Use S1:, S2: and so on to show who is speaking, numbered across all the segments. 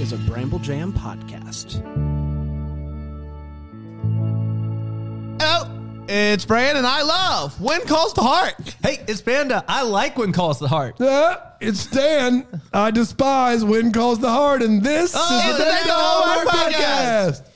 S1: is a Bramble Jam podcast.
S2: Oh, it's Brandon. I love when calls the heart.
S3: Hey, it's Panda. I like when calls the heart.
S4: Uh, it's Dan. I despise when calls the heart, and this
S2: Oh,
S4: is the Dan Hallmark
S2: podcast.
S4: podcast.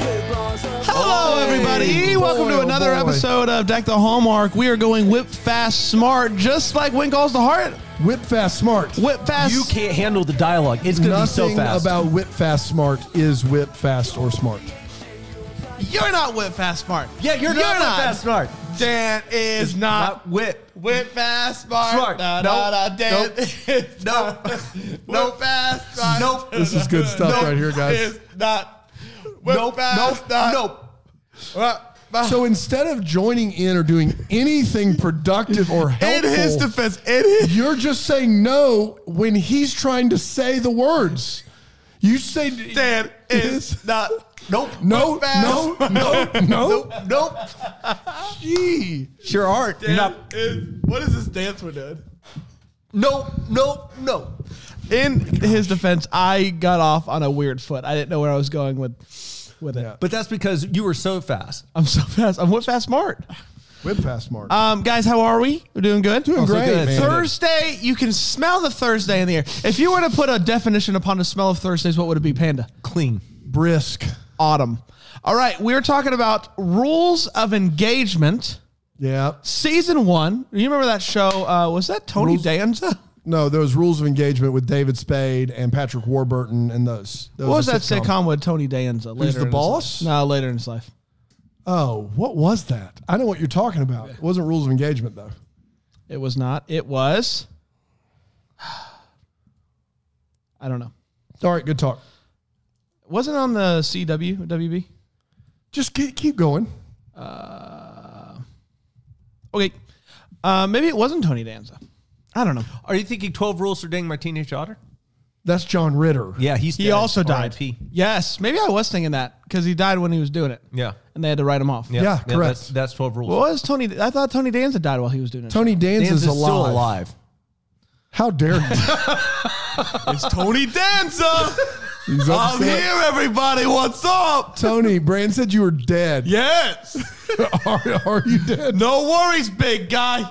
S2: Hello, everybody.
S4: Hey,
S2: Welcome
S4: boy,
S2: to
S4: oh,
S2: another
S4: boy.
S2: episode of Deck the Hallmark. We are going whip fast, smart, just like when calls the heart.
S4: Whip fast smart.
S2: Whip fast.
S3: You can't handle the dialogue. It's going to be so
S4: Nothing
S3: fast.
S4: about whip fast smart is whip fast or smart.
S2: You're not whip fast, smart.
S3: yeah, you're, not, whip fast smart.
S2: Dan is not,
S3: whip.
S2: whip fast, smart.
S3: Smart.
S2: Da,
S3: Nope.
S2: da, da, Dan
S3: Nope.
S2: is
S3: Nope.
S2: not Whip
S3: Nope.
S2: fast, smart.
S3: Nope.
S4: This is good stuff
S2: Nope
S4: right here, guys.
S2: Is not whip
S3: Nope.
S2: fast,
S3: Nope.
S2: not-
S3: Nope.
S2: Whip fast.
S4: So instead of joining in or doing anything productive or
S2: in
S4: helpful,
S2: his defense, in his
S4: you're just saying no when he's trying to say the words. You say
S2: Dan is not.
S3: Nope.
S4: no,
S2: whip fast.
S4: no, no, no.
S3: Nope.
S4: Gee.
S3: Sure art.
S2: Dan
S3: Nope.
S2: is- what is this dance we're doing?
S3: Nope. Nope. Nope.
S2: In his defense, I got off on a weird foot. I didn't know where I was going with with it.
S4: Yeah.
S3: But that's because you were so fast.
S2: I'm so fast. I'm what fast smart.
S4: Whip fast smart. Ah.
S2: Um, guys, how are we? We're doing good. Doing
S4: great, good. man.
S2: Thursday, you can smell the Thursday in the air. If you were to put a definition upon the smell of Thursdays, what would it be, Panda?
S3: Clean.
S4: brisk.
S2: Autumn. All right, we're talking about rules of engagement,
S4: Yeah.
S2: season one. You remember that show? Uh, was that Tony Danza?
S4: No, those rules of engagement with David Spade and Patrick Warburton and those. those
S2: What was
S4: are
S2: that sitcom, with Tony Danza? Later
S4: the
S2: in his
S4: boss?
S2: life. No, later in his life.
S4: Oh, what was that? I know what you're talking about. It wasn't rules of engagement though.
S2: It was not. It was. I don't know.
S4: All right, good talk.
S2: Wasn't on the CW WB.
S4: Just keep, keep going.
S2: Okay, uh, maybe it wasn't Tony Danza. I don't know.
S3: Are you thinking 12 rules for dating my teenage daughter?
S4: That's John Ritter.
S3: Yeah, he's
S2: He
S3: dead.
S2: also died.
S3: R.I.P..
S2: Yes, maybe I was thinking that because he died when he was doing it,
S3: Yeah.
S2: and they had to write him off.
S3: Yeah,
S4: Yeah, correct.
S3: that's, that's 12 rules.
S2: What was Tony? I thought Tony Danza died while he was doing it.
S4: Tony Danza's
S3: Dan's is
S4: alive.
S3: still alive.
S4: How dare you?
S2: It's Tony Danza.
S4: He's
S2: Oh,
S4: upset.
S2: everybody. What's up?
S4: Tony, Brand said you were dead.
S2: Yes.
S4: are, are you dead?
S2: No worries, big guy.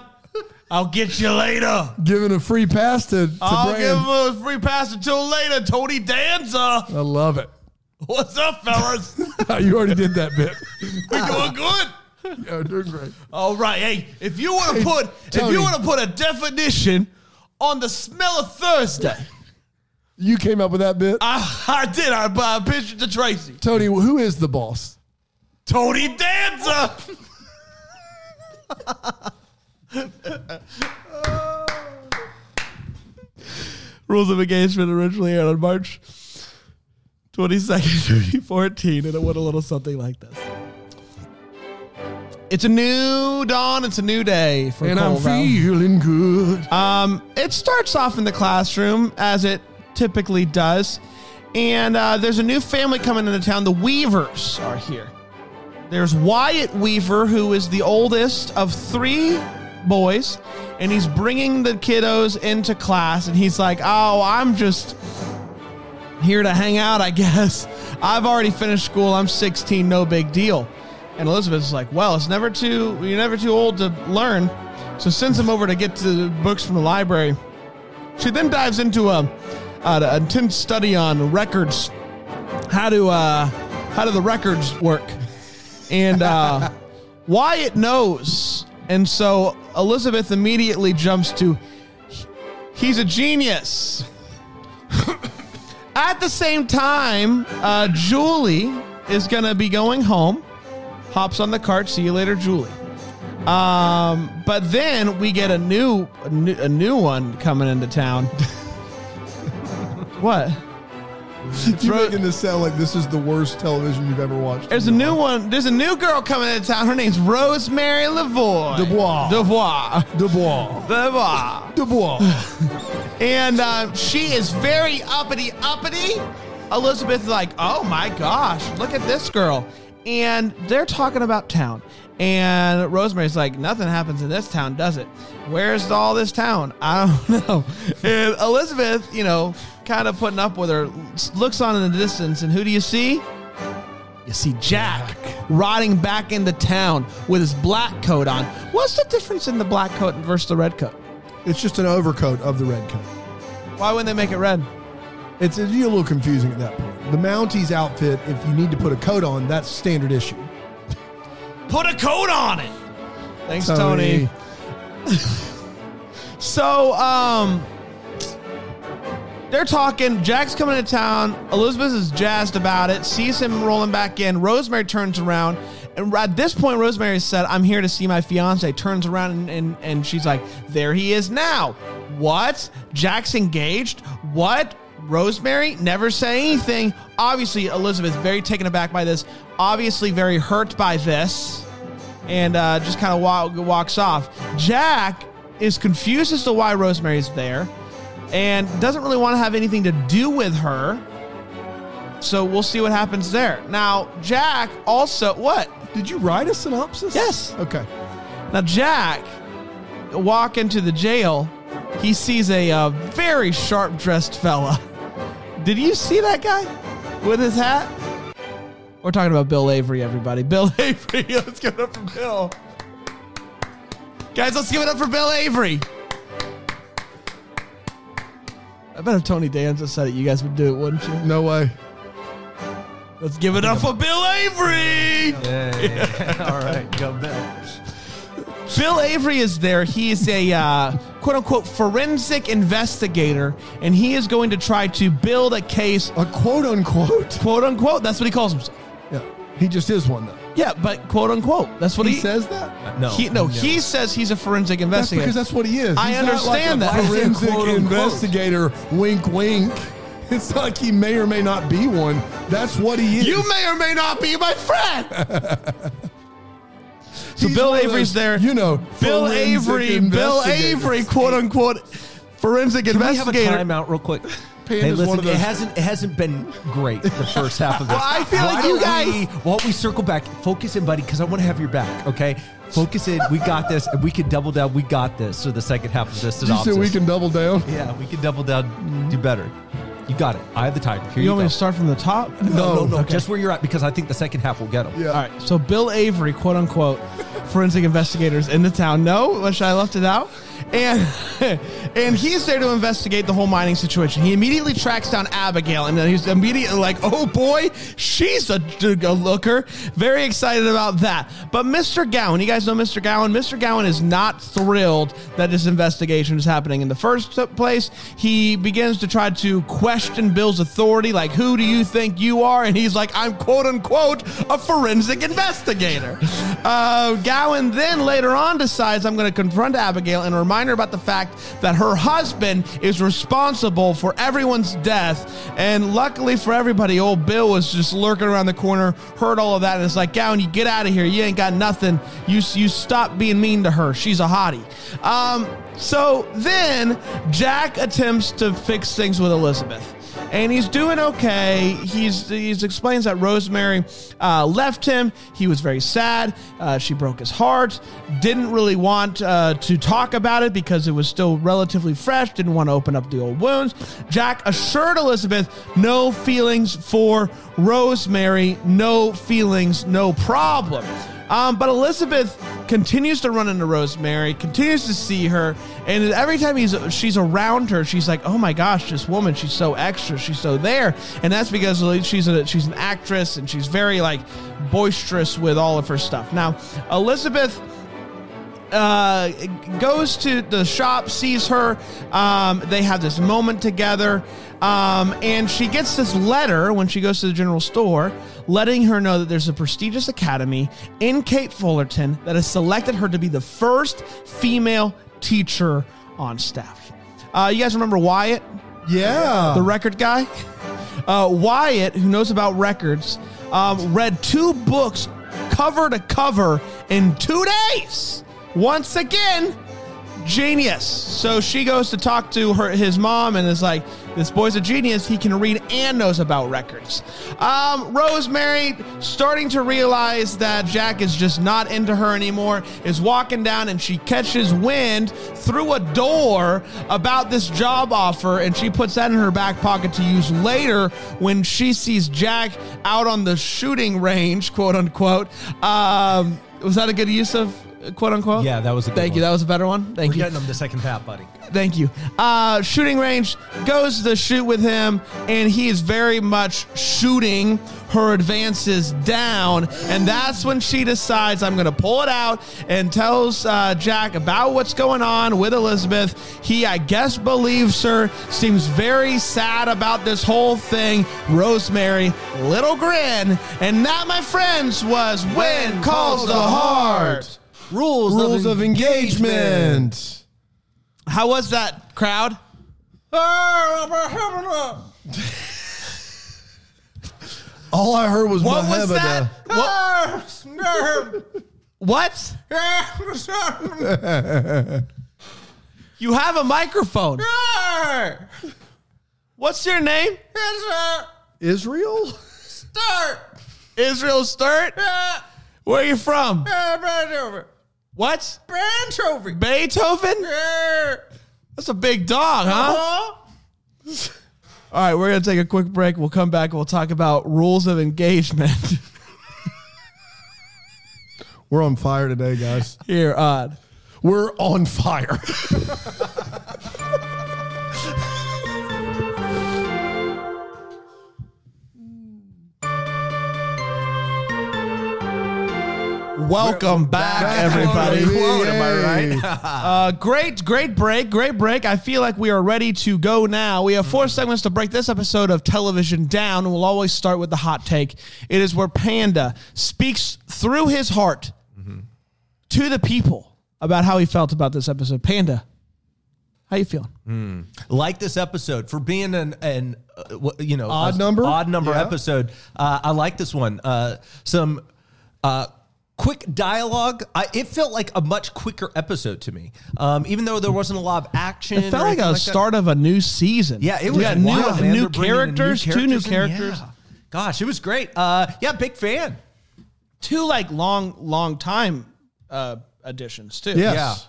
S2: I'll get you later.
S4: Giving a free pass to, to
S2: I'll
S4: Brand.
S2: give him a free pass until later, Tony Danza.
S4: I love it.
S2: What's up, fellas? we
S4: you already did that bit.
S2: doing good?
S4: Yeah, doing great.
S2: All right. Hey, if you want to put if
S4: Tony.
S2: you want to put a definition on the smell of Thursday,
S4: You came up with that bit.
S2: I, I did. I bought a picture to Tracy.
S4: Tony, who is the boss?
S2: Tony Danza. Rules of engagement originally aired on March 22nd, 2014, and it went a little something like this. It's a new dawn. It's a new day for
S4: And I'm
S2: Cole Valley.
S4: feeling good.
S2: Um, it starts off in the classroom as it typically does, and uh, there's a new family coming into town. The Weavers are here. There's Wyatt Weaver, who is the oldest of three boys, and he's bringing the kiddos into class, and he's like, "Oh, I'm just here to hang out, I guess. I've already finished school. I'm 16, no big deal." And Elizabeth's like, "Well, it's never too you're never too old to learn." So sends him over to get to the books from the library. She then dives into a an intense study on records, how do uh, how do the records work, and uh, Wyatt knows, and so Elizabeth immediately jumps to, he's a genius. At the same time, uh, Julie is gonna be going home. Hops on the cart. See you later, Julie. Um, but then we get a new, a new a new one coming into town. what?
S4: You're
S2: Throw-
S4: making this sound like this is the worst television you've ever watched.
S2: There's a new one. There's a new girl coming into town. Her name's Rosemary Lavoie.
S4: Dubois.
S2: Dubois.
S4: Dubois.
S2: Dubois.
S4: Dubois.
S2: And uh, she is very uppity uppity. Elizabeth's like, oh my gosh, look at this girl. and they're talking about town. And Rosemary's like, nothing happens in this town, does it? Where's all this town? I don't know. And Elizabeth, you know, kind of putting up with her, looks on in the distance, and who do you see? You see Jack riding back into town with his black coat on. What's the difference in the black coat versus the red coat?
S4: It's just an overcoat of the red coat.
S2: Why wouldn't they make it red?
S4: It's it'd be a little confusing at that point. The Mounties outfit, if you need to put a coat on, that's standard issue.
S2: Put a coat on it. Thanks, Tony. So, um, they're talking. Jack's coming to town. Elizabeth is jazzed about it. Sees him rolling back in. Rosemary turns around, and at this point, Rosemary said, "I'm here to see my fiance." Turns around and and, and she's like, "There he is now." What? Jack's engaged. What? Rosemary never say anything. Obviously, Elizabeth very taken aback by this. Obviously, very hurt by this and uh, just kind of walk, walks off. Jack is confused as to why Rosemary's there and doesn't really want to have anything to do with her. So we'll see what happens there. Now, Jack also, what?
S4: Did you write a synopsis?
S2: Yes.
S4: Okay.
S2: Now, Jack, walk into the jail, he sees a uh, very sharp dressed fella. Did you see that guy with his hat? We're talking about Bill Avery, everybody. Bill Avery, let's give it up for Bill. Guys, let's give it up for Bill Avery. I bet if Tony Danza said it, you guys would do it, wouldn't you?
S4: No way.
S2: Let's give it up for Bill Avery.
S3: All right, go Bill.
S2: Bill Avery is there. He is a uh, quote unquote forensic investigator, and he is going to try to build a case,
S4: A quote unquote.
S2: quote unquote. That's what he calls himself.
S4: Yeah. He just is one though.
S2: Yeah, but quote unquote. That's what he,
S4: He says that.
S3: No,
S2: He, no, he says he's a forensic
S4: That's
S2: investigator.
S4: because that's what he is.
S2: I
S4: He's not
S2: understand
S4: like a
S2: that. Why
S3: is it a
S4: Forensic
S3: quote, unquote?
S4: investigator. Wink, wink. It's like he may or may not be one. That's what he is.
S2: you may or may not be my friend. so
S4: He's
S2: Bill
S4: one of those,
S2: Avery's there.
S4: You know,
S2: Bill
S4: forensic
S2: Avery, Bill
S4: investigators.
S2: Avery, quote unquote, forensic
S3: Can we have a
S2: investigator.
S3: timeout real quick?
S4: Panda's one of
S3: it
S4: those-
S3: hasn't it hasn't been great the first half of this.
S2: Well, I feel
S3: Why
S2: like you
S3: don't
S2: guys-
S3: We, while we circle back, focus in, buddy, because I want to have your back. Okay, focus in. We got this, and we can double down. We got this. So the second half of this
S4: Did you say
S3: synopsis.
S4: we can double down?
S3: yeah, we can double down, do better. You got it. I have the time. Here you,
S2: you want
S3: go.
S2: me to start from the top?
S3: no, no, no.
S2: Okay.
S3: Just where you're at, because I think the second half will get them.
S4: Yeah.
S2: All right. So Bill Avery, quote unquote, forensic investigators in the town. No, wish I left it out. And and he's there to investigate the whole mining situation. He immediately tracks down Abigail, and then he's immediately like, "Oh boy, she's a good looker." Very excited about that. But Mr. Gowan, you guys know Mr. Gowan. Mr. Gowan is not thrilled that this investigation is happening in the first place. He begins to try to question Bill's authority, like, "Who do you think you are?" And he's like, "I'm quote unquote a forensic investigator." Uh, Gowan then later on decides, "I'm going to confront Abigail and remind her about the fact that her husband is responsible for everyone's death." And luckily for everybody, old Bill was just lurking around the corner, heard all of that, and it's like, "Gowan, you get out of here. You ain't got nothing. You you stop being mean to her. She's a hottie." Um, so then Jack attempts to fix things with Elizabeth and he's doing okay. He's he's explains that Rosemary uh, left him. He was very sad. Uh, she broke his heart. Didn't really want uh, to talk about it because it was still relatively fresh. Didn't want to open up the old wounds. Jack assured Elizabeth no feelings for Rosemary. No feelings. No problem. Um, but Elizabeth continues to run into Rosemary, continues to see her, and every time he's she's around her, she's like, "Oh my gosh, this woman! She's so extra, she's so there." And that's because like, she's a, she's an actress and she's very like boisterous with all of her stuff. Now, Elizabeth uh, goes to the shop, sees her. Um, they have this moment together. Um, and she gets this letter when she goes to the general store, letting her know that there's a prestigious academy in Cape Fullerton that has selected her to be the first female teacher on staff. Uh, you guys remember Wyatt?
S4: Yeah.
S2: the record guy. Uh, Wyatt, who knows about records, um, read two books cover to cover in two days. Once again, genius. So she goes to talk to her his mom and is like, "This boy's a genius. He can read and knows about records." Um, Rosemary, starting to realize that Jack is just not into her anymore, is walking down and she catches wind through a door about this job offer, and she puts that in her back pocket to use later when she sees Jack out on the shooting range, quote unquote. Um, was that a good use of? quote unquote.
S3: Yeah, that was a good
S2: Thank you.
S3: one.
S2: That was a better one. Thank
S3: We're
S2: you.
S3: getting them the second half, buddy.
S2: Thank you. Uh, shooting range goes to shoot with him, and he is very much shooting her advances down. And that's when she decides, I'm going to pull it out and tells uh, Jack about what's going on with Elizabeth. He, I guess, believes her, seems very sad about this whole thing. Rosemary, little grin. And that, my friends, was When Calls the Heart.
S3: Rules,
S4: Rules of engagement.
S2: How was that crowd?
S4: All I heard was
S2: What was
S4: Mohammed,
S2: that?
S4: uh,
S2: What? you have a microphone. What's your name?
S4: Israel?
S2: Israel Sturt. Where are you from? What? Beethoven? That's a big dog, huh? Uh-huh. All right, we're going to take a quick break. We'll come back and we'll talk about rules of engagement
S4: We're on fire today, guys.
S2: here on.
S4: We're on fire.
S2: Welcome back, everybody.
S4: am I right?
S2: Uh, great, great break, great break. I feel like we are ready to go now. We have
S4: Mm-hmm.
S2: four segments to break this episode of Television Down, and we'll always start with the hot take. It is where Panda speaks through his heart
S4: Mm-hmm.
S2: to the people about how he felt about this episode. Panda, how you feeling?
S4: Mm-hmm.
S3: like this episode for being an an uh, wh- you know
S4: Odd
S3: a-
S4: number?
S3: odd number
S4: Yeah.
S3: episode. Uh, I like this one. Uh, some uh, quick dialogue. I, it felt like a much quicker episode to me, um, even though there wasn't a lot of action.
S2: It
S3: or
S2: felt like
S3: anything
S2: a
S3: that.
S2: start of a new season.
S3: Yeah, it
S2: We
S3: was
S2: got
S3: wild,
S2: new,
S3: man.
S2: new
S3: They're bringing in
S2: characters, two new
S3: characters in.
S2: characters,
S3: Yeah. Gosh, it was great. Uh, yeah, big fan.
S2: two like long, long time uh, additions too.
S4: Yes.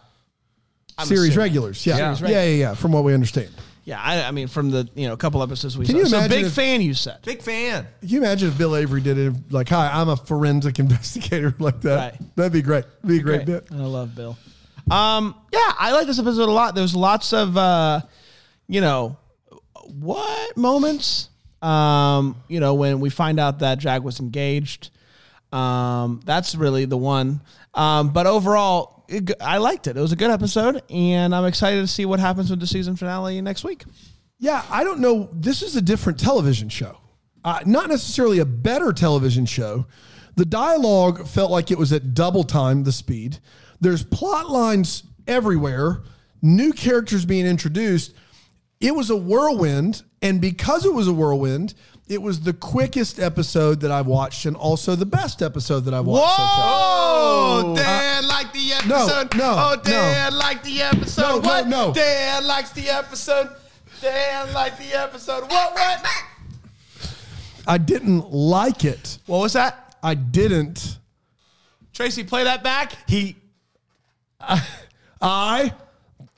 S2: I'm
S4: Series
S2: assuming.
S4: regulars. Yeah.
S2: Series
S4: yeah, yeah, yeah. From what we understand.
S2: Yeah, I, I mean, from the you know couple episodes we
S4: Can
S2: saw.
S4: you
S2: so
S4: imagine
S2: big
S4: if-
S2: fan, you said.
S3: Big fan.
S4: Can you imagine if Bill Avery did it like, hi, I'm a forensic investigator like that?
S2: Right.
S4: That'd be great. That'd be a great,
S2: Great.
S4: bit.
S2: I love Bill. Um, yeah, I like this episode a lot. There's lots of uh, you know what moments. Um, you know when we find out that Jack was engaged. Um, that's really the one. Um, but overall, it, g- I liked it. It was a good episode, and I'm excited to see what happens with the season finale next week.
S4: Yeah, I don't know. This is a different television show. Uh, not necessarily a better television show. The dialogue felt like it was at double time the speed. There's plot lines everywhere, new characters being introduced. It was a whirlwind. And because it was a whirlwind, it was the quickest episode that I've watched and also the best episode that I've watched. so far.
S3: Uh,
S2: Oh, Dad liked the episode.
S4: no,
S2: oh, Dad liked the episode.
S4: No, no,
S2: what?
S4: no.
S2: Dad likes the episode. Dad liked the episode. What? What?
S4: I didn't like it.
S2: What was that?
S4: I didn't.
S2: Tracy, play that back.
S3: He
S4: I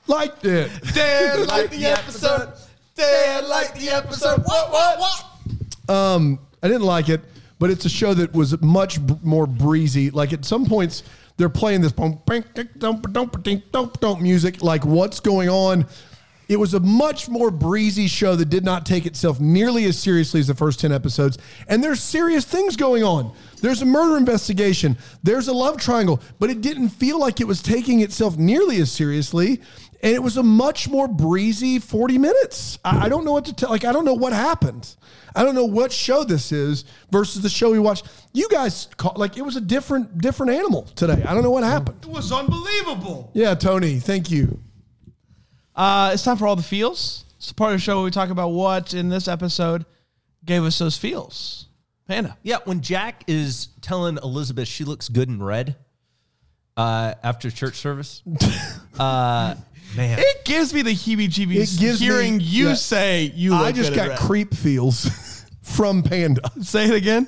S4: liked it.
S2: Dad liked the episode. Dad liked the episode. What? What? What?
S4: Um, I didn't like it, but it's a show that was much b- more breezy. Like at some points, they're playing this bum, bing, ding, dum, ba, dum, ba, ding, dum, ba, dum music. Like what's going on? It was a much more breezy show that did not take itself nearly as seriously as the first 10 episodes. And there's serious things going on. There's a murder investigation, there's a love triangle, but it didn't feel like it was taking itself nearly as seriously. And it was a much more breezy 40 minutes. I, I don't know what to tell. Like, I don't know what happened. I don't know what show this is versus the show we watched. You guys, call, like, it was a different different animal today. I don't know what happened.
S2: It was unbelievable.
S4: Yeah, Tony, thank you.
S2: Uh, it's time for all the feels. It's part of the show where we talk about what in this episode gave us those feels. Panda.
S3: Yeah, when Jack is telling Elizabeth she looks good in red uh, after church service, uh, Man.
S2: It gives me the heebie-jeebies
S4: It gives me-
S2: hearing you
S4: yeah.
S2: say you. Look
S4: I just
S2: good in red.
S4: got creep feels from Panda.
S2: Say it again.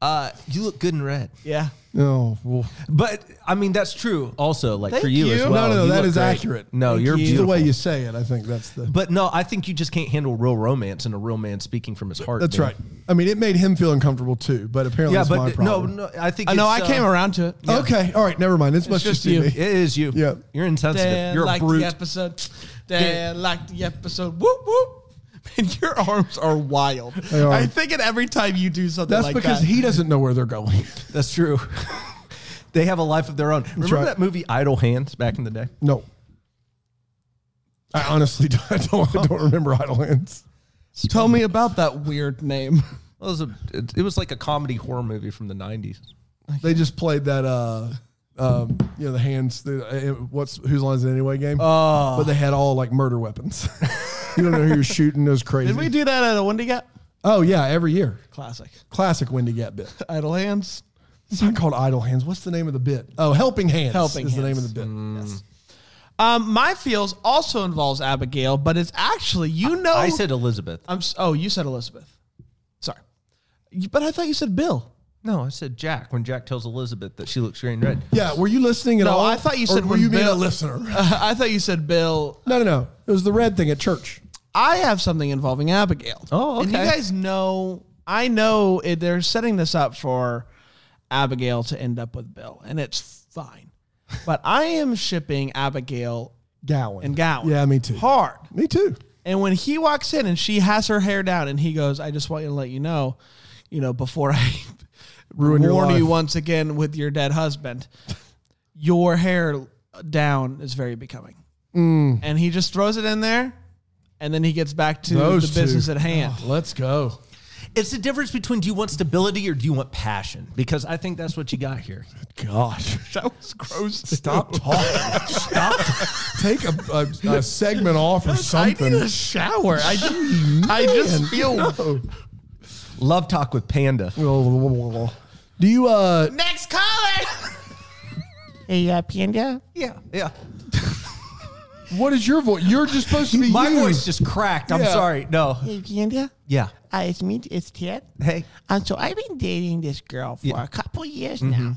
S3: Uh, you look good in red.
S2: Yeah.
S4: No, well,
S3: But I mean, that's true. Also, like for you,
S2: you.
S3: as well.
S4: no, no,
S3: You
S4: that
S3: look
S4: is
S3: great.
S4: accurate.
S3: No, you're
S4: It's
S3: beautiful.
S4: the way you say it. I think that's the.
S3: But no, I think you just can't handle real romance and a real man speaking from his heart.
S4: that's
S3: man.
S4: right. I mean, it made him feel uncomfortable too. But apparently,
S3: Yeah,
S4: that's my
S3: but no,
S4: problem.
S3: no, I think
S2: I know. I
S3: it's,
S2: came
S3: uh,
S2: around to it. Oh,
S4: Okay, all right, never mind. It's, much
S2: just
S4: just
S2: you.
S4: me.
S3: It is you.
S4: Yeah.
S3: you're insensitive.
S2: Dan
S3: you're a
S2: liked
S3: brute.
S2: the episode. Dan liked the episode. Whoop whoop. And your arms are wild.
S4: are.
S2: I think it every time you do something
S4: That's
S2: like
S4: because
S2: that.
S4: he doesn't know where they're going.
S3: That's true. they have a life of their own. Remember
S4: right.
S3: that movie Idle Hands back in the day?
S4: No. I honestly don't, I don't, I don't remember Idle Hands.
S2: Tell me about that weird name.
S3: Well, it, was a, it, it was like a comedy horror movie from the '90s.
S4: They just played that, uh, um, you know, the hands, the, uh, what's whose lines it anyway game.
S2: Ah.
S4: but they had all like murder weapons. you don't know who you're shooting. It was crazy.
S2: Did we do that at a Wendy Gap?
S4: oh, yeah, every year.
S2: Classic.
S4: Classic Wendy Gap bit.
S2: Idle hands.
S4: It's not called Idle Hands. What's the name of the bit? Oh, Helping Hands.
S2: Helping
S4: is the
S2: Hands. Mm.
S4: name of the bit.
S2: Um, my feels also involves Abigail, but it's actually you know
S3: I said Elizabeth.
S2: I'm s- oh you said Elizabeth, sorry, You- but I thought you said Bill.
S3: No, I said Jack. When Jack tells Elizabeth that she looks green and red.
S4: Yeah, were you listening at
S2: No,
S4: all?
S2: I thought you
S4: Or
S2: said
S4: were
S2: when
S4: you being a
S2: Bill-
S4: listener?
S2: I thought you said Bill.
S4: No, no, no. It was the red thing at church.
S2: I have something involving Abigail.
S3: Oh,
S2: And you
S3: okay.
S2: guys know I know it, they're setting this up for Abigail to end up with Bill, and it's fine. But I am shipping Abigail
S4: Gowan.
S2: and Gowan.
S4: Yeah, me too.
S2: Hard.
S4: Me too.
S2: And when he walks in and she has her hair down and he goes, I just want you to let you know, you know, before I
S4: Ruin your
S2: warn you
S4: life.
S2: once again with your dead husband, your hair down is very becoming. And he just throws it in there and then he gets back to
S4: Those
S2: the business
S4: two.
S2: at hand.
S4: Let's go.
S3: It's the difference between do you want stability or do you want passion? Because I think that's what you got here.
S4: Gosh.
S2: That was gross.
S4: Stop talking. Stop. Take a, a, a segment off or
S2: I need
S4: something.
S2: a shower. I just, I just feel
S3: Love talk with Panda.
S4: Do you uh
S2: next caller.
S5: Hey, uh, Panda.
S3: Yeah, yeah.
S4: what is your voice? You're just supposed to be
S3: My
S4: you.
S3: voice just cracked. I'm
S4: Yeah.
S3: sorry. No.
S5: Hey, Panda.
S3: Yeah.
S5: Uh, it's me. It's Ted.
S3: Hey.
S5: Um, so I've been dating this girl for a couple years now,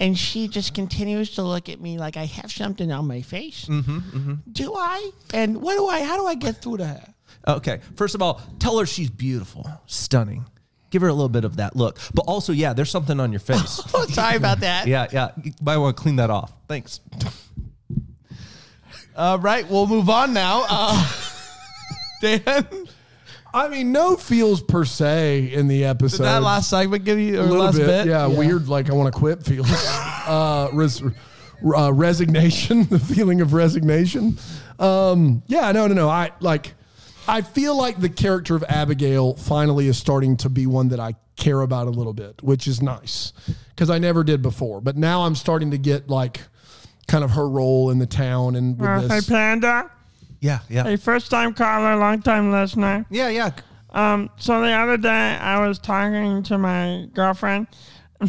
S5: and she just continues to look at me like I have something on my face. Do I? And what do I? How do I get through to her?
S3: Okay. First of all, tell her she's beautiful, stunning. Give her a little bit of that look. But also, yeah, there's something on your face.
S5: Oh, sorry about that.
S3: yeah, yeah. You might want to clean that off. Thanks.
S2: All right, we'll move on now. Uh, Dan,
S4: I mean, no feels per se in the episode.
S2: did that last segment give you
S4: a
S2: or
S4: little
S2: last
S4: bit,
S2: bit?
S4: Yeah, weird. Like I want to quit feels. uh, res, uh, resignation, the feeling of resignation. Um, yeah, no, no, no. I like. I feel like the character of Abigail finally is starting to be one that I care about a little bit, which is nice because I never did before. But now I'm starting to get like kind of her role in the town and with
S6: Uh, hey,
S4: this.
S6: Panda.
S3: Yeah, yeah.
S6: Hey, first time caller, long time listener.
S3: Yeah, yeah.
S6: Um, so the other day I was talking to my girlfriend,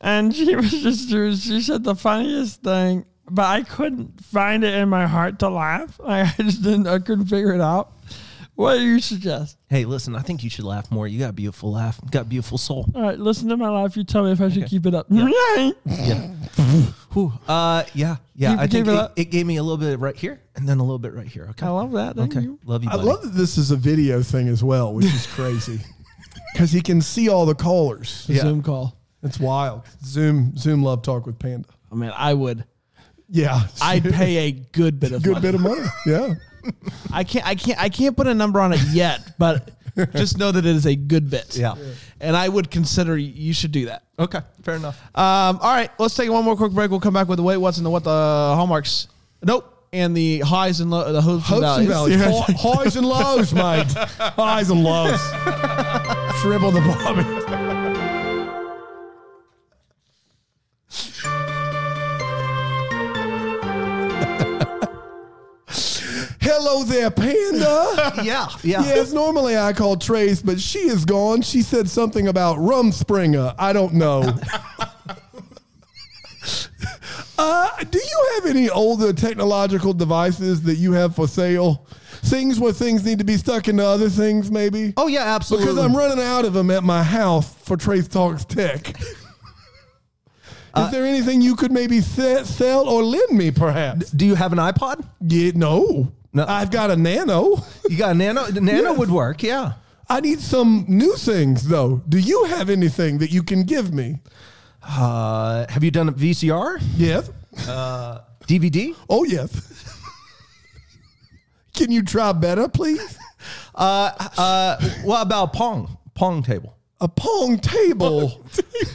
S6: and she was just she said the funniest thing, but I couldn't find it in my heart to laugh. Like, I just didn't. I couldn't figure it out. What do you suggest?
S3: Hey, listen, I think you should laugh more. You got a beautiful laugh. You got a beautiful soul.
S6: All right, listen to my laugh. You tell me if I should keep it up.
S3: Yeah. Whew. Uh, yeah, yeah.
S6: You
S3: I
S6: gave
S3: think
S6: it
S3: it,
S6: up?
S3: it gave me a little bit right here and then a little bit right here. Okay.
S6: I love that. Thank
S3: Okay.
S6: you.
S3: Love you.
S4: I
S3: Buddy.
S4: love that this is a video thing as well, which is crazy because he can see all the callers.
S3: Yeah.
S2: Zoom call.
S4: It's wild. Zoom Zoom love talk with Panda.
S2: I mean, Oh, I would.
S4: Yeah.
S2: I'd pay a good bit of
S4: good
S2: money.
S4: bit of money. Yeah.
S2: I can't. I can't. I can't put a number on it yet, but just know that it is a good bit.
S3: Yeah.
S2: And I would consider you should do that.
S3: Okay. Fair enough.
S2: Um, all right, let's take one more quick break. We'll come back with the wait what's and the what the hallmarks. Nope. And the highs and lo- the hopes,
S4: Hopes and valleys. Hi- Highs and lows, mate. Highs and lows. Shrimp on the barbie. Hello there, Panda.
S3: Yeah, yeah.
S4: Yes, normally I call Trace, but she is gone. She said something about Rumspringer. I don't know. Uh, do you have any older technological devices that you have for sale? Things where things need to be stuck into other things, maybe?
S3: Oh yeah, absolutely.
S4: Because I'm running out of them at my house for Trace Talks Tech. Is there anything you could maybe se- sell or lend me, perhaps?
S3: Do you have an iPod?
S4: Yeah, no.
S3: No.
S4: I've got a Nano.
S3: You got a nano? The nano
S4: Yes.
S3: would work. Yeah.
S4: I need some new things, though. Do you have anything that you can give me?
S3: Uh, have you done a VCR,
S4: Yes.
S3: DVD?
S4: Oh, yes. can you try better, please?
S3: Uh, what about Pong? Pong table.
S4: A pong table.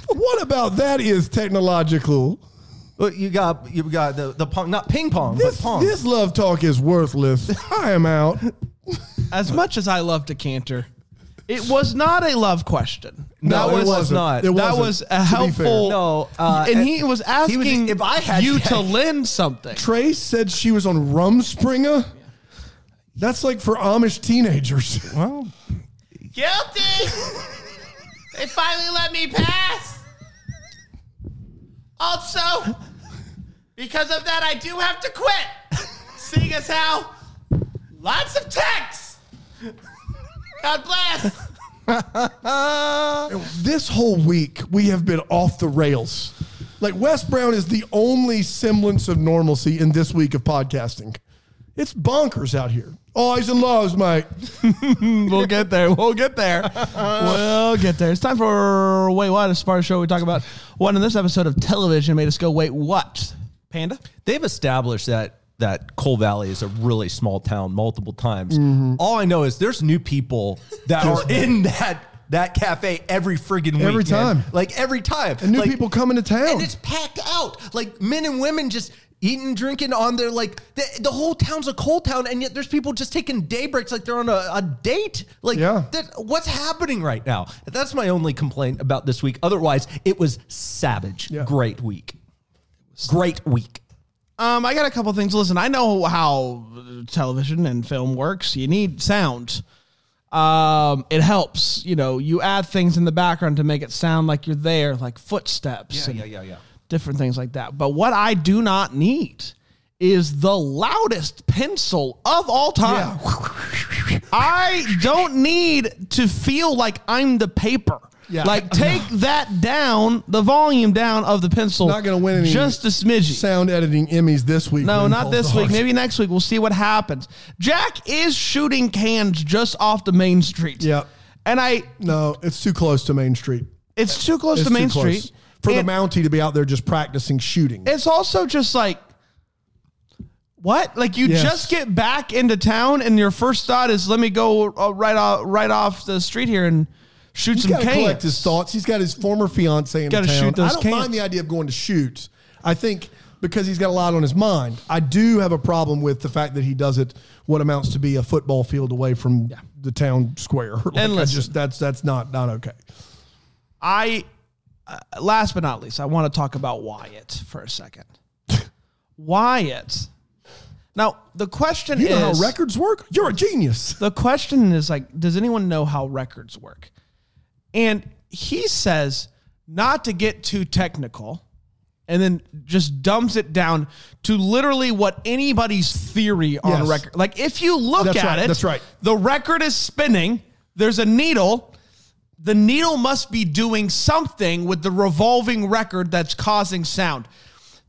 S4: what about that is technological?
S3: Well, You got you got the, the pong, not ping pong,
S4: This,
S3: but pong.
S4: this love talk is worthless. I am out.
S2: As much as I love decanter, it was not a love question.
S3: No,
S2: that
S3: it
S2: was,
S3: wasn't. not. It
S2: that
S4: wasn't,
S2: was
S4: to
S2: a
S4: be
S2: helpful.
S4: fair.
S3: No, uh,
S2: and he was
S3: he
S2: asking
S3: was- if I had
S2: you
S3: tech-
S2: to lend something.
S4: Trace said she was on Rumspringer. That's like for Amish teenagers. Well,
S5: Guilty! they finally let me pass! Also, because of that, I do have to quit! Seeing as how lots of texts! God bless!
S4: this whole week we have been off the rails. Like Wes Brown is the only semblance of normalcy in this week of podcasting. It's bonkers out here. Always in loves, Mike.
S2: We'll get there. We'll get there. we'll get there. It's time for Wait What, a Sparta show. We talk about what in this episode of television made us go, Wait, what? Panda?
S3: They've established that that Coal Valley is a really small town multiple times.
S4: Mm-hmm.
S3: All I know is there's new people that are in that that cafe every friggin' week.
S4: Every time.
S3: man. Like every time.
S4: And new
S3: Like,
S4: people coming to town.
S3: And it's packed out. Like men and women just eating, drinking on their like the, the whole town's a coal town, and yet there's people just taking day breaks like they're on a, a date. Like
S4: Yeah.
S3: that, what's happening right now? That's my only complaint about this week. Otherwise, it was savage.
S4: Yeah.
S3: Great week. Great week.
S2: Um, I got a couple things. Listen, I know how television and film works. You need sound. Um, it helps. You know, you add things in the background to make it sound like you're there, like footsteps. and
S3: yeah.
S2: Different things like that. But what I do not need is the loudest pencil of all time. I don't need to feel like I'm the paper.
S4: Yeah.
S2: Like take that down, the volume down of the pencil.
S4: Not gonna win any
S2: Just a smidge.
S4: Sound editing Emmys this week.
S2: No,
S4: when
S2: not
S4: Paul
S2: this
S4: Dawes-
S2: week. Maybe next week. We'll see what happens. Jack is shooting cans just off the main street.
S4: Yep.
S2: And I,
S4: No, it's too close to Main Street.
S2: it's too close
S4: It's
S2: to Main
S4: too close.
S2: Street.
S4: For
S2: And
S4: the Mountie to be out there just practicing shooting.
S2: It's also just like, what? Like you
S4: Yes.
S2: just get back into town, and your first thought is, "Let me go uh, right off, right off the street here and shoot
S4: He's
S2: some
S4: got to
S2: cans."
S4: collect his thoughts. He's got his former fiance in
S2: Gotta
S4: town.
S2: shoot those
S4: I don't
S2: cans.
S4: mind the idea of going to shoot. I think because he's got a lot on his mind. I do have a problem with the fact that he does it what amounts to be a football field away from the town square. Like, I
S2: listen.
S4: just that's that's not not okay.
S2: I, uh, last but not least, I want to talk about Wyatt for a second. Wyatt. Now the question
S4: You
S2: is,
S4: know how records work? You're a genius.
S2: the question is like does anyone know how records work and he says not to get too technical and then just dumps it down to literally what anybody's theory on
S4: Yes.
S2: record like if you look
S4: That's
S2: at
S4: right,
S2: it
S4: that's right.
S2: the record is spinning there's a needle the needle must be doing something with the revolving record that's causing sound.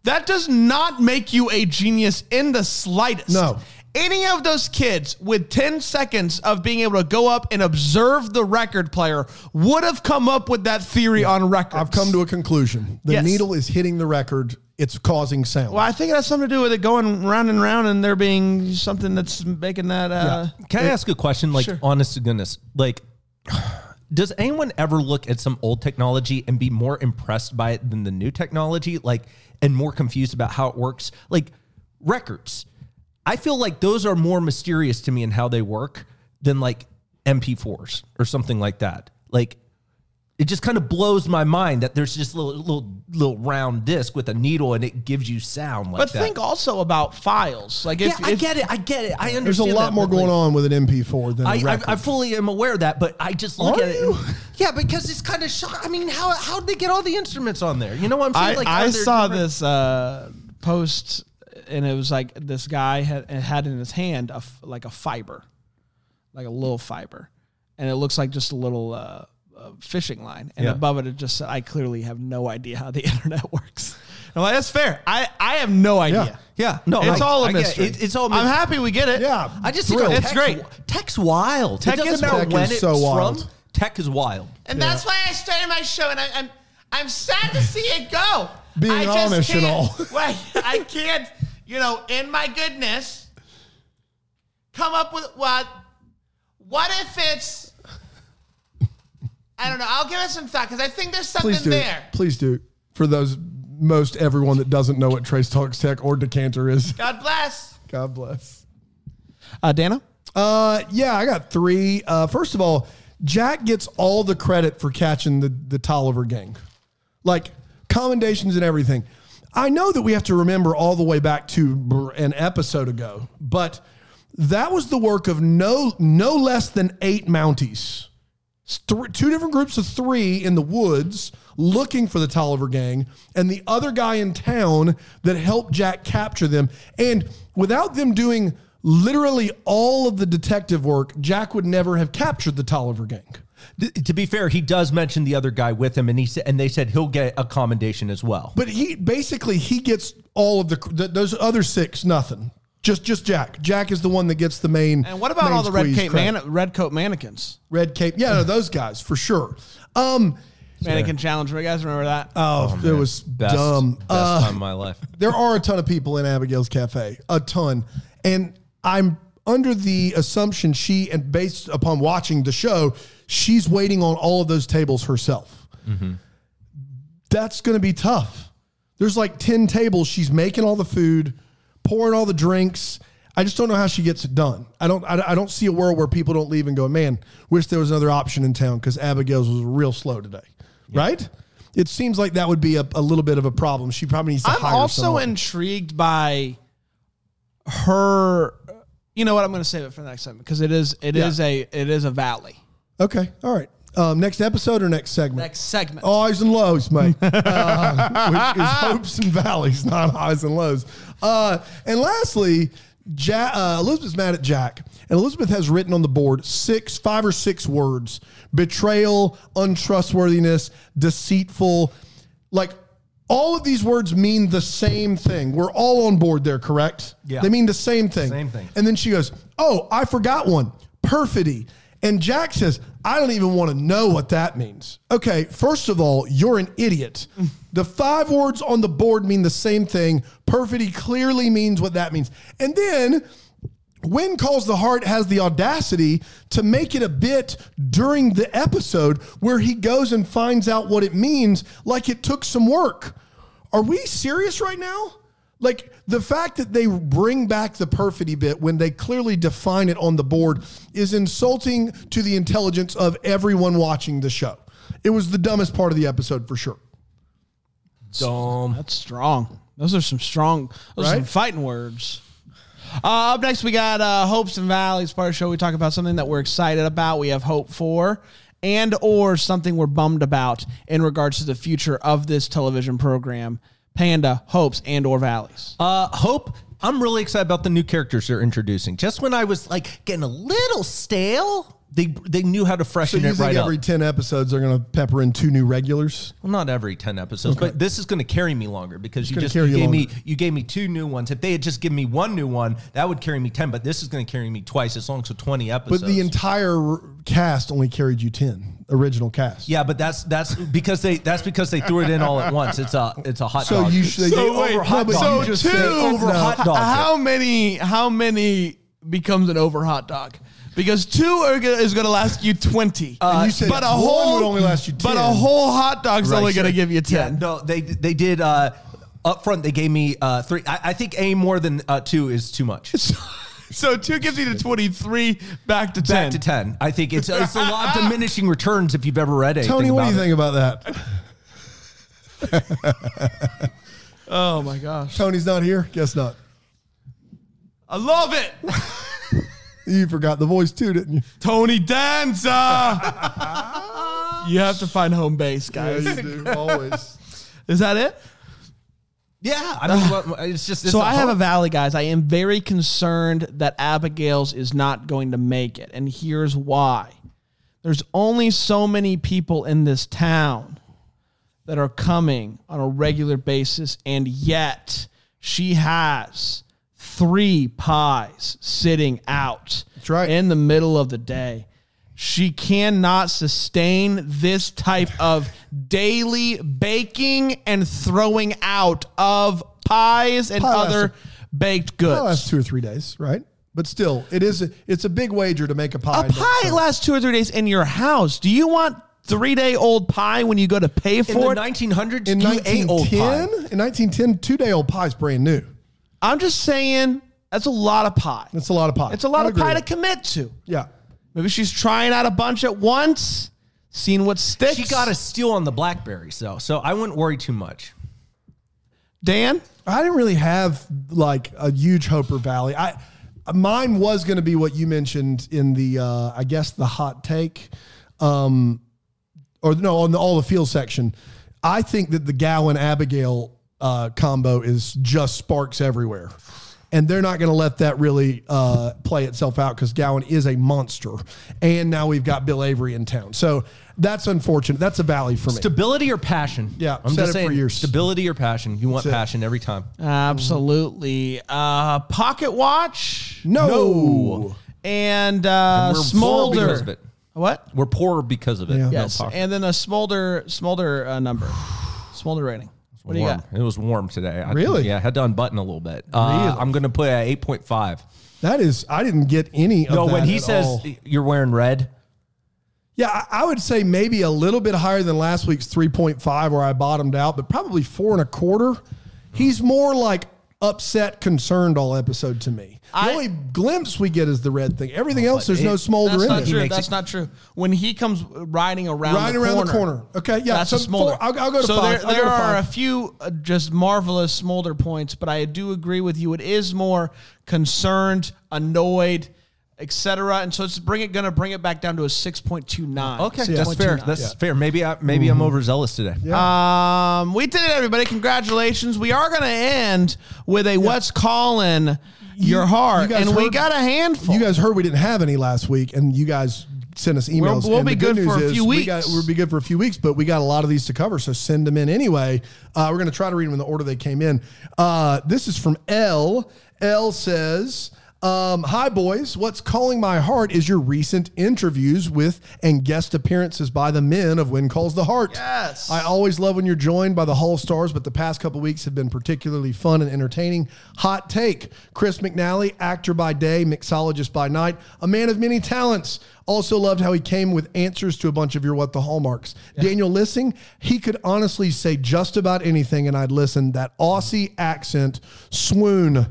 S2: That does not make you a genius in the slightest.
S4: No.
S2: Any of those kids with 10 seconds of being able to go up and observe the record player would have come up with that theory on record.
S4: I've come to a conclusion. The
S2: Yes.
S4: needle is hitting the record. It's causing sound.
S2: Well, I think it has something to do with it going round and round and there being something that's making that. Uh,
S3: Can I ask a question? Like, honest to goodness, like, does anyone ever look at some old technology and be more impressed by it than the new technology? Like, and more confused about how it works? Like, records. I feel like those are more mysterious to me in how they work than like MP4s or something like that. Like, it just kind of blows my mind that there's just little little little round disc with a needle and it gives you sound like
S2: But
S3: that.
S2: think also about files. Like if,
S3: yeah, I
S2: if-
S3: get it. I get it. I understand.
S4: There's a lot
S3: that,
S4: more
S3: but, like,
S4: going on with an MP4 than a
S3: I,
S4: record.
S3: I, I fully am aware of that, but I just look
S4: Are
S3: at it. and-
S4: you?
S3: yeah, because it's kind of shock. I mean, how how'd they get all the instruments on there? You know what I'm saying?
S2: I, I
S3: are there
S2: saw
S3: different-
S2: this uh, post, and it was like this guy had had in his hand a f- like a fiber, like a little fiber, and it looks like just a little uh, uh, fishing line, and
S3: Yeah.
S2: above it it just said, "I clearly have no idea how the internet works." I'm like, that's fair. I I have no idea.
S3: Yeah, no,
S2: It's
S3: right.
S2: all a
S3: I get
S2: mystery.
S3: it. It's all a
S2: I'm
S3: mystery.
S2: happy we get it.
S4: Yeah.
S3: I just think
S4: Thrilled.
S3: it's
S2: It's
S3: great.
S2: great.
S3: Tech's wild. Tech it
S2: Tech
S3: doesn't
S2: is-
S3: matter
S4: Tech
S3: when
S4: is
S3: it's
S4: so
S3: from.
S4: wild.
S3: Tech is wild.
S5: And that's why I started my show, and I, I'm I'm sad to see it go.
S4: Being
S5: I just
S4: Amish and
S5: can't-
S4: all.
S5: Right, I can't. You know, in my goodness, come up with what? What if it's? I don't know. I'll give it some thought because I think there's something
S4: Please do.
S5: there.
S4: Please do. For those most everyone that doesn't know what Trace Talks Tech or Decanter is.
S5: God bless.
S4: God bless.
S2: Uh, Dana.
S4: Uh, yeah, I got three. Uh, first of all, Jack gets all the credit for catching the, the Tolliver gang, like commendations and everything. I know that we have to remember all the way back to br- an episode ago, but that was the work of no no less than eight Mounties, S- thr- two different groups of three in the woods looking for the Tolliver gang, and the other guy in town that helped Jack capture them. And without them doing literally all of the detective work, Jack would never have captured the Tolliver gang.
S3: Th- to be fair, he does mention the other guy with him, and he sa- and they said he'll get a commendation as well.
S4: But he basically he gets all of the, th those other six nothing. Just just Jack. Jack is the one that gets the main.
S2: And what about
S4: main
S2: all the red
S4: squeeze
S2: cape
S4: credit.
S2: man, red coat mannequins?
S4: Red cape. Yeah, no, those guys for sure. Um,
S2: Mannequin challenge. You guys remember that?
S4: oh, it was
S3: best,
S4: dumb.
S3: best
S4: Uh,
S3: time of my life.
S4: there are a ton of people in Abigail's cafe, a ton, and I'm under the assumption she and based upon watching the show, she's waiting on all of those tables herself. That's going to be tough. There's like ten tables. She's making all the food, pouring all the drinks. I just don't know how she gets it done. I don't. I, I don't see a world where people don't leave and go, "Man, wish there was another option in town." Because Abigail's was real slow today, right? It seems like that would be a, a little bit of a problem. She probably needs to
S2: I'm
S4: hire
S2: also
S4: someone.
S2: intrigued by her. You know what? I'm going to save it for the next segment because it is it is a it is a valley.
S4: Okay. All right. Um, next episode or next segment? Oh,
S2: Next segment.
S4: Highs and lows, mate. Uh, which is hopes and valleys, not highs and lows. Uh, and lastly, ja- uh, Elizabeth's mad at Jack, and Elizabeth has written on the board six, five or six words: betrayal, untrustworthiness, deceitful. Like all of these words mean the same thing. We're all on board there, correct?
S3: Yeah.
S4: They mean the same thing.
S3: Same thing.
S4: And then she goes, "Oh, I forgot one. Perfidy." And Jack says, "I don't even want to know what that means." Okay, first of all, you're an idiot. The five words on the board mean the same thing. Perfidy clearly means what that means. And then when Calls the Heart has the audacity to make it a bit during the episode where he goes and finds out what it means, like it took some work. Are we serious right now? Like the fact that they bring back the perfidy bit when they clearly define it on the board is insulting to the intelligence of everyone watching the show. It was the dumbest part of the episode for sure.
S3: Dumb.
S2: That's strong. Those are some strong. Those are some
S4: Right?
S2: fighting words. Uh, up next, we got uh, hopes and valleys part of the show. We talk about something that we're excited about. We have hope for, and or something we're bummed about in regards to the future of this television program. Panda hopes and or valleys.
S3: Uh, Hope, I'm really excited about the new characters they're introducing. Just when I was like getting a little stale, they they knew how to
S4: So
S3: freshen
S4: you
S3: it
S4: think
S3: right
S4: every
S3: up.
S4: 10 episodes they're going to pepper in two new regulars?
S3: Well, not every ten episodes, but this is going to carry me longer because you
S4: gonna
S3: just
S4: carry
S3: you
S4: you
S3: gave me
S4: longer.
S3: you gave me two new ones. If they had just given me one new one, that would carry me ten. But this is going to carry me twice as long, so twenty
S4: But
S3: episodes.
S4: the entire r- cast only carried you 10, original cast.
S3: yeah, but that's that's because they that's because they threw it in all at once. It's a it's a hot
S4: So
S3: dog.
S4: you should
S2: So
S4: they
S2: wait,
S4: over hot
S2: no,
S4: dog.
S2: so
S4: you just
S2: two
S4: said
S3: over
S4: no.
S3: hot dog.
S2: How many? How many becomes an over hot dog? Because two are gonna, is going to last you twenty.
S4: And you said
S2: but a
S4: one
S2: whole
S4: would only last you 10.
S2: But a whole hot dog's
S3: Right,
S2: only going
S3: sure.
S2: to give you
S3: Yeah,
S2: ten.
S3: no, they they did uh, up front. They gave me uh, three. I, I think a more than uh, two is too much.
S2: So two gives you to twenty three. Back to ten.
S3: Back to ten. I think it's it's a lot of diminishing returns if you've ever read anything.
S4: Tony, what do
S3: about
S4: you
S3: it.
S4: think about that?
S2: Oh my gosh!
S4: Tony's not here? Guess not.
S2: I love it,
S4: You forgot the voice too, didn't you?
S2: Tony Danza. you have to find home base, guys.
S4: do. Always.
S2: Is that it?
S3: Yeah, I mean, well, it's just it's
S2: so I have a
S3: hard-
S2: valley, guys. I am very concerned that Abigail's is not going to make it, and here's why: there's only so many people in this town that are coming on a regular basis, and yet she has three pies sitting out That's
S4: right.
S2: in the middle of the day. She cannot sustain this type of daily baking and throwing out of pies and
S4: Pie lasts-
S2: other baked
S4: Well,
S2: goods.
S4: that's two or three days, right? But still, it is a, it's a big wager to make a pie.
S2: A pie lasts two or three days in your house. Do you want three day old pie when you go to pay
S3: in
S2: for
S3: the
S2: it?
S3: 1900s.
S4: in
S3: you ate old pie.
S4: 1910. In 1910, two day old pie is brand new.
S2: I'm just saying that's a lot of pie.
S4: That's a lot of pie.
S2: It's a lot of
S4: I agree
S2: pie to
S4: with
S2: commit to.
S4: you. yeah.
S2: Maybe she's trying out a bunch at once, seeing what sticks.
S3: She got a steal on the blackberries though, so I wouldn't worry too much.
S2: Dan.
S4: I didn't really have like a huge Hopper Valley. I mine was going to be what you mentioned in the uh, I guess the hot take, um, or no on the all the field section. I think that the Gowan Abigail uh, combo is just sparks everywhere, and they're not going to let that really uh, play itself out because Gowan is a monster, and now we've got Bill Avery in town. So that's unfortunate. That's a valley for me.
S3: Stability or passion?
S4: Yeah,
S3: I'm
S4: said
S3: just
S4: it for
S3: saying
S4: years.
S3: stability or passion. You want
S4: That's it.
S3: passion every time.
S2: Absolutely. Uh, pocket watch.
S4: no.
S2: and uh,
S3: And we're poor
S2: smolder.
S3: because of it.
S2: What?
S3: We're poorer because of it.
S4: Yeah.
S3: No
S2: Yes,
S3: pocket.
S2: and then a smolder, smolder uh, number, smolder rating. What do you
S3: warm.
S2: got?
S3: It was warm today. I-
S4: Really?
S3: yeah, I had to unbutton a little bit. Uh, I'm going to put a 8.5.
S4: That is, I didn't get any of
S3: No,
S4: that.
S3: when he
S4: at
S3: says
S4: all.
S3: you're wearing red,
S4: yeah, I, I would say maybe a little bit higher than last week's 3.5 where I bottomed out, but probably four and a quarter. He's more like upset, concerned all episode to me.
S2: I- Oh,
S4: the only glimpse we get is the red thing. Everything else, there's no smolder
S2: That's
S4: in
S2: not
S4: it.
S2: true.
S3: makes
S2: That's
S3: it-
S2: not true. When he comes riding around,
S4: Right
S2: the
S4: around
S2: corner,
S4: the corner. Okay, yeah.
S2: that's
S4: so
S2: a smolder.
S4: four- I'll, I'll go to
S2: so
S4: five.
S2: There,
S4: I'll
S2: there
S4: go to
S2: are
S4: five.
S2: a few uh, just marvelous smolder points, but I do agree with you. It is more concerned, annoyed, etc. And so it's bring it going to bring it back down to a six point two nine.
S3: that's fair. That's fair. Maybe I maybe
S4: Mm-hmm.
S3: I'm overzealous today.
S2: Um, we did it, everybody. Congratulations. We are going to end with a what's calling your heart,
S4: you guys
S2: and we
S4: heard-
S2: got a handful.
S4: You guys heard we didn't have any last week, and you guys sent us emails.
S2: We'll- we'll
S4: And
S2: be
S4: the
S2: good for a
S4: news
S2: few
S4: we
S2: weeks.
S4: got- we'll be good for a few weeks, but we got a lot of these to cover, so send them in anyway. Uh, we're going to try to read them in the order they came in. Uh, this is from L. L says. Um, hi boys, what's calling my heart is your recent interviews with and guest appearances by the men of When Calls the Heart.
S2: Yes.
S4: I always love when you're joined by the Hall Stars, but the past couple weeks have been particularly fun and entertaining. Hot take Chris McNally, actor by day, mixologist by night, a man of many talents. Also loved how he came with answers to a bunch of your What the Hallmarks. Daniel Lissing, he could honestly say just about anything, and I'd listen. That Aussie accent, swoon.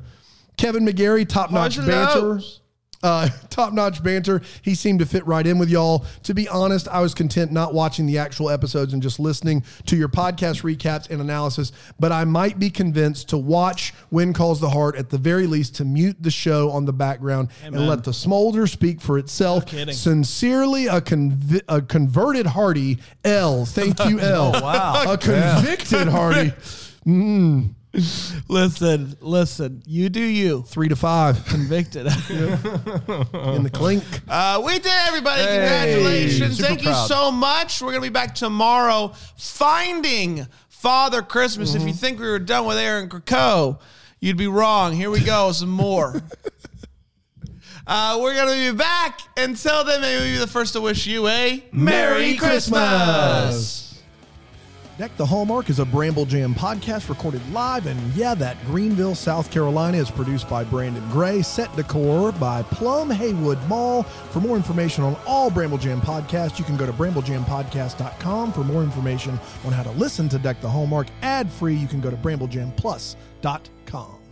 S4: Kevin McGarry, top notch
S2: How's it
S4: banter.
S2: out?
S4: Uh, top notch banter. He seemed to fit right in with y'all. To be honest, I was content not watching the actual episodes and just listening to your podcast recaps and analysis, but I might be convinced to watch When Calls the Heart at the very least to mute the show on the background and let the smolder speak for itself. Sincerely, a, conv- a converted Hardy, L. Thank you, L. wow. A convicted Hardy,
S2: Listen, listen. You do you.
S4: three to five
S2: Convicted.
S4: in the clink.
S2: Uh, we did, it, everybody.
S3: Hey,
S2: Congratulations.
S3: super
S2: Thank you
S3: proud.
S2: so much. We're going to be back tomorrow finding Father Christmas. If you think we were done with Aaron Krakow, you'd be wrong. Here we go. Some more. uh, we're going to be back. Until then, maybe we'll be the first to wish you a Merry Christmas.
S4: Deck the Hallmark is a Bramble Jam podcast recorded live in, yeah, that Greenville, South Carolina is produced by Brandon Gray, set decor by Plum Haywood Mall. For more information on all Bramble Jam podcasts, you can go to BrambleJamPodcast.com. For more information on how to listen to Deck the Hallmark ad-free, you can go to BrambleJamPlus.com.